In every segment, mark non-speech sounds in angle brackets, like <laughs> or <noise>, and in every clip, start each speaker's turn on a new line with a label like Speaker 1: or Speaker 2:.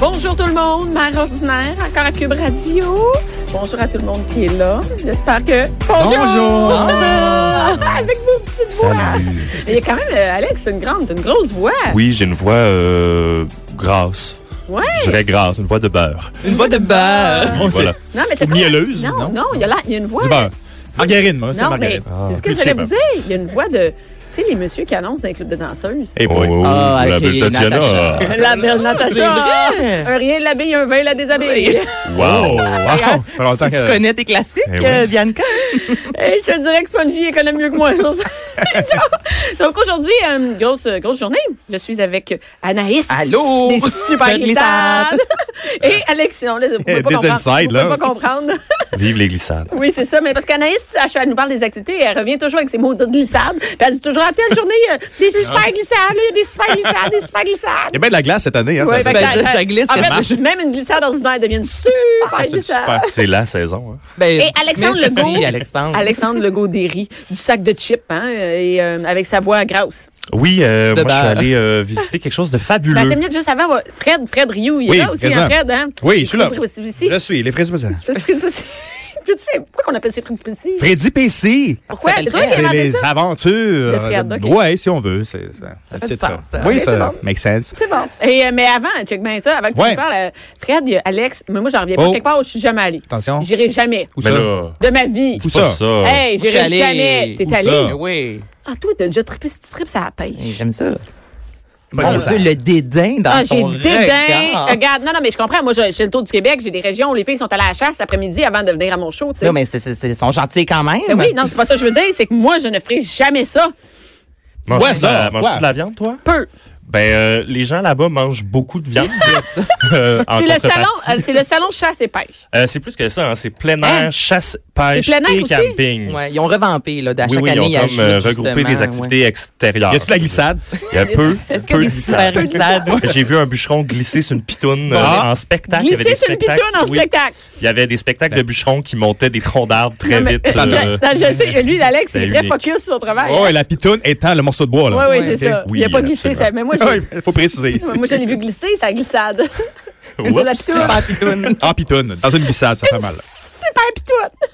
Speaker 1: Bonjour tout le monde, Mère Ordinaire, encore à Cube Radio. Bonjour à tout le monde qui est là. J'espère que... Bonjour!
Speaker 2: Bonjour!
Speaker 1: Avec vos petites voix. Il y a quand même, euh, Alex, une grande, une grosse voix.
Speaker 3: Oui, j'ai une voix euh, grasse.
Speaker 1: Ouais.
Speaker 3: Je dirais grasse, une voix de beurre.
Speaker 2: Une voix de beurre.
Speaker 3: Oui, voilà.
Speaker 1: Non, mais t'as
Speaker 3: Ou
Speaker 1: pas-
Speaker 3: mielleuse,
Speaker 1: Non,
Speaker 3: non?
Speaker 1: non, il y a, la- il y a une voix...
Speaker 3: Du beurre.
Speaker 2: Margarine, moi, c'est Ah,
Speaker 1: Non, mais
Speaker 2: margarine.
Speaker 1: c'est ce que
Speaker 3: plus
Speaker 1: j'allais
Speaker 3: cheap,
Speaker 1: vous
Speaker 3: hein.
Speaker 1: dire. Il y a une voix de... Tu sais, les messieurs qui annoncent dans les clubs de danseuses.
Speaker 3: Et boy.
Speaker 2: Ah,
Speaker 3: la
Speaker 2: ok,
Speaker 3: belle Tatiana.
Speaker 2: Natacha.
Speaker 1: La belle Natacha.
Speaker 4: Ah,
Speaker 2: C'est vrai.
Speaker 1: Un rien l'habille, un vin la déshabille.
Speaker 3: Wow.
Speaker 2: Wow. Ça fait longtemps
Speaker 4: ah, Tu
Speaker 2: que-
Speaker 4: connais tes classiques,
Speaker 3: Eh oui.
Speaker 4: euh, Bianca?
Speaker 1: Et je te dirais que Spongy elle connaît mieux que moi. Donc aujourd'hui, euh, grosse, grosse journée. Je suis avec euh, Anaïs.
Speaker 4: <laughs>
Speaker 2: Allô?
Speaker 1: Des super
Speaker 4: Des
Speaker 1: glissades. Et Alex, on ne
Speaker 3: Des
Speaker 1: peut pas comprendre.
Speaker 3: insides,
Speaker 1: Vous
Speaker 3: là.
Speaker 1: pouvez pas comprendre. <laughs>
Speaker 3: Vive les glissades.
Speaker 1: Oui, c'est ça. Mais parce qu'Anaïs, à chaque- elle nous parle des activités, elle revient toujours avec ses maudites glissades. Puis elle dit toujours, à telle journée, il y a des super glissades, là, il y a des super glissades, des super glissades.
Speaker 2: Il y <laughs> a bien de la glace cette année. Hein,
Speaker 1: Ouais,
Speaker 2: ça
Speaker 1: fait
Speaker 2: fait-
Speaker 1: que
Speaker 4: ben, ça glisse,
Speaker 1: en
Speaker 4: ça
Speaker 1: fait,
Speaker 4: marche.
Speaker 1: même une glissade ordinaire devient une super
Speaker 3: C'est
Speaker 1: glissade.
Speaker 3: super. C'est la saison. hein.
Speaker 4: Ben,
Speaker 1: Et Alexandre
Speaker 4: merci,
Speaker 1: Legault.
Speaker 4: Alexandre.
Speaker 1: Alexandre Legault-Derry, du sac de chips, hein, et euh, avec sa voix grasse.
Speaker 3: Oui, euh,
Speaker 4: De
Speaker 3: moi, je suis
Speaker 4: beurre.
Speaker 3: allé euh, visiter quelque chose de
Speaker 1: Ben, attends
Speaker 3: fabuleux.
Speaker 1: une minute, juste avant, Fred, Fred Rioux, il
Speaker 2: Oui,
Speaker 1: est là aussi,
Speaker 2: présent.
Speaker 1: hein, Fred, hein?
Speaker 2: Oui, je suis là.
Speaker 1: Fred Pesci.
Speaker 2: Je suis, les fraises du Bazin.
Speaker 1: Parce que- parce que- <laughs> Peux-tu faire- Pourquoi qu'on appelle ça Fred Pesci?
Speaker 2: Freddy PC.
Speaker 1: Pourquoi?
Speaker 4: Ça
Speaker 1: C'est
Speaker 4: s'appelle
Speaker 1: toi qui as
Speaker 2: C'est
Speaker 1: inventé
Speaker 2: les
Speaker 1: Hein, ça?
Speaker 2: aventures.
Speaker 1: De Fred, ok.
Speaker 2: Ouais, si on veut. C'est, ça
Speaker 4: fait du sens, ça.
Speaker 2: Oui,
Speaker 4: Ok,
Speaker 2: ça make sense.
Speaker 1: C'est bon. Et, euh, mais avant, check bien ça, avant que tu
Speaker 2: Ouais.
Speaker 1: nous parles, euh, Fred, il y a Alex, mais moi, j'en reviens pas.
Speaker 2: Oh.
Speaker 1: Quelque part, où je suis jamais allée.
Speaker 2: Attention.
Speaker 1: J'irai jamais.
Speaker 2: Où
Speaker 4: Ben
Speaker 3: Mais
Speaker 2: ça?
Speaker 3: là,
Speaker 1: De ma vie.
Speaker 3: dis
Speaker 2: Où
Speaker 3: pas
Speaker 2: ça?
Speaker 3: ça.
Speaker 1: Hey,
Speaker 4: Je suis
Speaker 1: j'irai
Speaker 4: allée.
Speaker 1: jamais.
Speaker 4: Où
Speaker 1: T'es
Speaker 4: ça?
Speaker 1: allé?
Speaker 4: Ben Oui.
Speaker 1: Ah, toi, t'as déjà trippé, si tu tripes à la pêche.
Speaker 4: Et J'aime ça.
Speaker 2: Pas
Speaker 4: Mon
Speaker 2: de
Speaker 4: Dieu, le dédain dans
Speaker 1: Ah, j'ai
Speaker 4: ton
Speaker 1: dédain.
Speaker 4: regard.
Speaker 1: Regarde, non, non, mais je comprends. Moi, j'ai j'ai le tour du Québec, j'ai des régions où les filles sont allées à la chasse cet après-midi avant de venir à mon show, tu sais.
Speaker 4: Non, mais c'est- c'est- c'est- ils sont gentils quand même.
Speaker 1: Ben oui, non, c'est pas ça que je veux dire. C'est que moi, je ne ferai jamais ça.
Speaker 3: Manges-tu
Speaker 2: Ouais,
Speaker 3: de
Speaker 2: ça,
Speaker 3: la- manges-tu
Speaker 2: ouais.
Speaker 3: de la viande, toi?
Speaker 1: Peu.
Speaker 3: Ben, euh, les gens là-bas mangent beaucoup de viande. <laughs> Euh,
Speaker 1: <laughs>
Speaker 3: en
Speaker 1: C'est le
Speaker 3: contrepartie.
Speaker 1: salon, euh, c'est le salon chasse et pêche.
Speaker 3: Euh, c'est plus que ça. hein. C'est plein air,
Speaker 1: Hein?
Speaker 3: chasse, pêche
Speaker 1: C'est plein air
Speaker 3: et
Speaker 1: aussi?
Speaker 3: camping.
Speaker 4: Ouais, ils ont revampé, là, d'à
Speaker 3: Oui,
Speaker 4: chaque
Speaker 3: oui, ils
Speaker 4: année,
Speaker 3: ont
Speaker 4: il y a
Speaker 3: comme euh,
Speaker 4: juste,
Speaker 3: regroupé
Speaker 4: justement,
Speaker 3: des
Speaker 4: ouais.
Speaker 3: activières extérieures.
Speaker 2: Y a-tu de la glissade?
Speaker 3: Il y a peu,
Speaker 4: Est-ce qu'il y a
Speaker 3: peu
Speaker 4: des
Speaker 3: de
Speaker 4: super
Speaker 3: glissades.
Speaker 4: glissades?
Speaker 3: J'ai vu un bûcheron glisser sur une pitoune euh,
Speaker 2: Ah.
Speaker 3: en spectacle. Il y avait
Speaker 1: Glisser
Speaker 3: des
Speaker 1: sur une
Speaker 3: spectacles,
Speaker 1: pitoune en
Speaker 3: oui.
Speaker 1: spectacle.
Speaker 3: Il y avait des spectacles de bûcherons qui montaient des troncs d'arbres très
Speaker 1: Non, mais-
Speaker 3: vite.
Speaker 1: <laughs> je,
Speaker 3: euh,
Speaker 1: non, je sais que lui, l'Alex, il est
Speaker 3: c'était
Speaker 1: très
Speaker 3: unique.
Speaker 1: focus sur son travail.
Speaker 2: Oh, et la pitoune étant le morceau de bois.
Speaker 1: Oui,
Speaker 2: Là.
Speaker 1: oui,
Speaker 4: Ouais,
Speaker 1: c'est
Speaker 4: ok.
Speaker 1: ça.
Speaker 3: Oui,
Speaker 1: il n'a pas glissé,
Speaker 3: absolument.
Speaker 1: ça. Mais moi,
Speaker 2: <laughs> Ah
Speaker 1: je,
Speaker 2: oui, faut préciser.
Speaker 1: moi, je l'ai vu glisser, ça glissade.
Speaker 3: <laughs> Oups.
Speaker 1: la pitoune.
Speaker 4: Super pitoune.
Speaker 2: En Ah, pitoune, dans une glissade, ça fait mal.
Speaker 1: Super pitoute.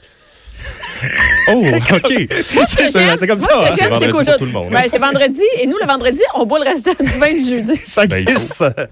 Speaker 3: Oh,
Speaker 2: <laughs>
Speaker 3: OK.
Speaker 2: C'est, c'est- c'est comme
Speaker 1: Moi,
Speaker 2: ça.
Speaker 1: ce que j'aime,
Speaker 2: hein.
Speaker 3: C'est
Speaker 1: c'est
Speaker 3: vendredi
Speaker 1: qu'aujourd'hui-
Speaker 3: pour tout le monde. hein.
Speaker 1: Ben, c'est vendredi. Et nous, le vendredi, on boit le restant du vin du jeudi.
Speaker 2: Ça
Speaker 3: Ben,
Speaker 2: glisse.
Speaker 3: Euh,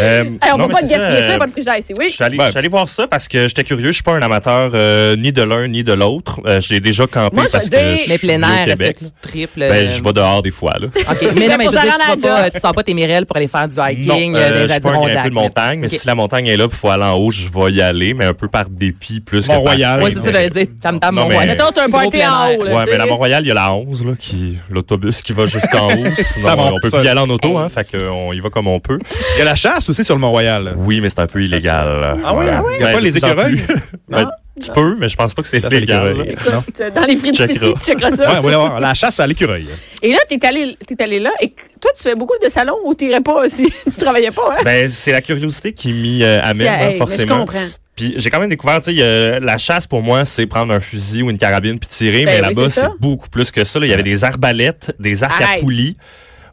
Speaker 1: Hey, on ne
Speaker 3: non,
Speaker 1: va
Speaker 3: mais
Speaker 1: pas te
Speaker 3: c'est
Speaker 1: gaspiller ça,
Speaker 3: euh,
Speaker 1: pas de frigidaire ici,
Speaker 3: Je
Speaker 1: oui.
Speaker 3: suis, allé,
Speaker 2: Ouais.
Speaker 3: je suis allé voir ça parce que j'étais curieux. Je suis pas un amateur euh, ni de l'un ni de l'autre. Euh, J'ai déjà campé
Speaker 1: Moi, je
Speaker 3: parce
Speaker 1: dis-
Speaker 3: que je
Speaker 4: Mais
Speaker 3: suis
Speaker 4: plein
Speaker 3: né au
Speaker 4: air, est-ce
Speaker 3: Québec.
Speaker 4: que tu triples? euh,
Speaker 3: Ben, je vais dehors des fois. Là.
Speaker 4: OK, mais non, mais je veux
Speaker 1: Pour s'en
Speaker 4: dire, tu, vas
Speaker 1: rendre à
Speaker 4: pas,
Speaker 1: job.
Speaker 4: tu sors pas tes mirelles pour aller faire du hiking,
Speaker 3: Non,
Speaker 4: euh,
Speaker 3: euh,
Speaker 4: des
Speaker 3: je suis pas un grimpeur de montagne, mais
Speaker 4: Ok.
Speaker 3: si la montagne est là, il faut aller en haut, je vais y aller, mais un peu par dépit plus que par
Speaker 2: Mont-Royal.
Speaker 4: Ouais,
Speaker 3: crainte.
Speaker 4: c'est ça, j'allais dire, tam tam,
Speaker 3: Non,
Speaker 4: mon
Speaker 3: mais-
Speaker 4: roi.
Speaker 1: Mettons, t'as un
Speaker 4: Gros
Speaker 1: party
Speaker 4: plein
Speaker 1: en
Speaker 4: air.
Speaker 1: haut, là.
Speaker 3: Ouais,
Speaker 1: tu
Speaker 3: mais
Speaker 1: sais.
Speaker 3: à Mont-Royal, il y a la 11, là, qui, l'autobus qui va
Speaker 4: <laughs>
Speaker 3: jusqu'en haut. Sinon,
Speaker 2: Ça monte,
Speaker 3: on peut
Speaker 2: ça.
Speaker 3: plus y aller en auto, hein. Fait qu'on y va comme on peut.
Speaker 2: Il y a la chasse aussi sur le Mont-Royal.
Speaker 3: Oui, mais c'est un peu illégal. Ben,
Speaker 2: Ah oui, ah oui? Y a pas
Speaker 3: de
Speaker 2: les
Speaker 3: plus en
Speaker 2: écureuils?
Speaker 3: plus. Ben,
Speaker 4: Ah.
Speaker 3: tu peux, mais je pense pas que c'est
Speaker 2: Ça, c'est
Speaker 3: légal.
Speaker 2: l'écureuil.
Speaker 1: Écoute,
Speaker 2: Non?
Speaker 1: euh, dans les frites
Speaker 3: Tu checkeras.
Speaker 1: tu checkeras ça.
Speaker 2: Ouais, on va aller voir. La chasse à l'écureuil.
Speaker 1: Et là, t'es allé, t'es allé là, et toi, tu fais beaucoup de salons où t'irais pas aussi. <laughs> tu travaillais pas, hein?
Speaker 3: Ben, c'est la curiosité qui m'y euh, amène,
Speaker 1: Tiens,
Speaker 3: hein,
Speaker 1: hey, mais je
Speaker 3: forcément.
Speaker 1: comprends.
Speaker 3: Puis j'ai quand même découvert, tu sais, euh, la chasse pour moi, c'est prendre un fusil ou une carabine puis tirer,
Speaker 1: Ben
Speaker 3: mais
Speaker 1: oui,
Speaker 3: là-bas,
Speaker 1: c'est
Speaker 3: c'est,
Speaker 1: ça.
Speaker 3: beaucoup plus que ça. là. Il y avait des arbalètes, des arcs
Speaker 1: Arrête.
Speaker 3: à poulies.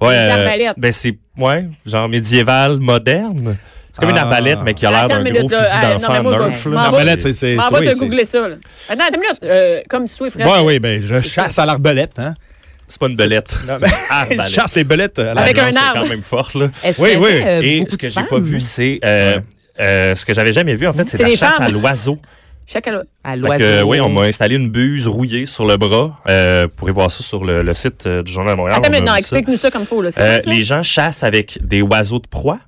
Speaker 3: Ouais,
Speaker 1: Des
Speaker 3: euh,
Speaker 1: arbalètes.
Speaker 3: ben c'est ouais, genre médiéval moderne. C'est comme une
Speaker 2: Ah.
Speaker 3: arbalète mais qui a l'air
Speaker 1: Attends
Speaker 3: d'un
Speaker 1: une
Speaker 3: gros
Speaker 1: minute, là.
Speaker 3: fusil
Speaker 1: Ah, non,
Speaker 3: d'enfant
Speaker 1: mais moi,
Speaker 3: Nerf.
Speaker 1: je- m'en
Speaker 3: là. Non,
Speaker 1: vais-
Speaker 3: mais
Speaker 2: L'arbalète, c'est. c'est,
Speaker 1: M'en
Speaker 2: c'est-
Speaker 1: va
Speaker 2: oui,
Speaker 1: te
Speaker 2: c'est-
Speaker 1: googler ça, là. Attends, attends une minute. Euh, comme sous et frère.
Speaker 2: Ouais, oui, ben, je chasse à l'arbalète. Hein?
Speaker 3: c'est pas une belette, c'est une arbalète.
Speaker 2: Je chasse les belettes à la
Speaker 1: Avec un
Speaker 3: L'ambiance est
Speaker 1: arbre.
Speaker 3: quand même forte là.
Speaker 4: Est-ce
Speaker 2: Oui,
Speaker 4: qu'il y
Speaker 2: oui.
Speaker 4: avait, euh,
Speaker 3: Et
Speaker 4: beaucoup
Speaker 3: ce que
Speaker 4: de
Speaker 3: j'ai pas
Speaker 4: femmes?
Speaker 3: vu c'est euh, euh, ce que j'avais jamais vu en fait, c'est,
Speaker 1: C'est
Speaker 3: la
Speaker 1: les
Speaker 3: chasse
Speaker 1: femmes.
Speaker 3: à l'oiseau.
Speaker 1: Chacun là.
Speaker 4: À
Speaker 3: Fait
Speaker 4: l'oiseau.
Speaker 3: que, oui, on m'a installé une buse rouillée sur le bras. Euh, vous pourrez voir ça sur le, le site euh, du Journal de Montréal.
Speaker 1: Attends une
Speaker 3: On
Speaker 1: minute,
Speaker 3: Euh, a
Speaker 1: non,
Speaker 3: mis ça.
Speaker 1: explique-nous ça comme faut, là. C'est
Speaker 3: Euh,
Speaker 1: quoi, ça?
Speaker 3: les gens chassent avec des oiseaux de proie.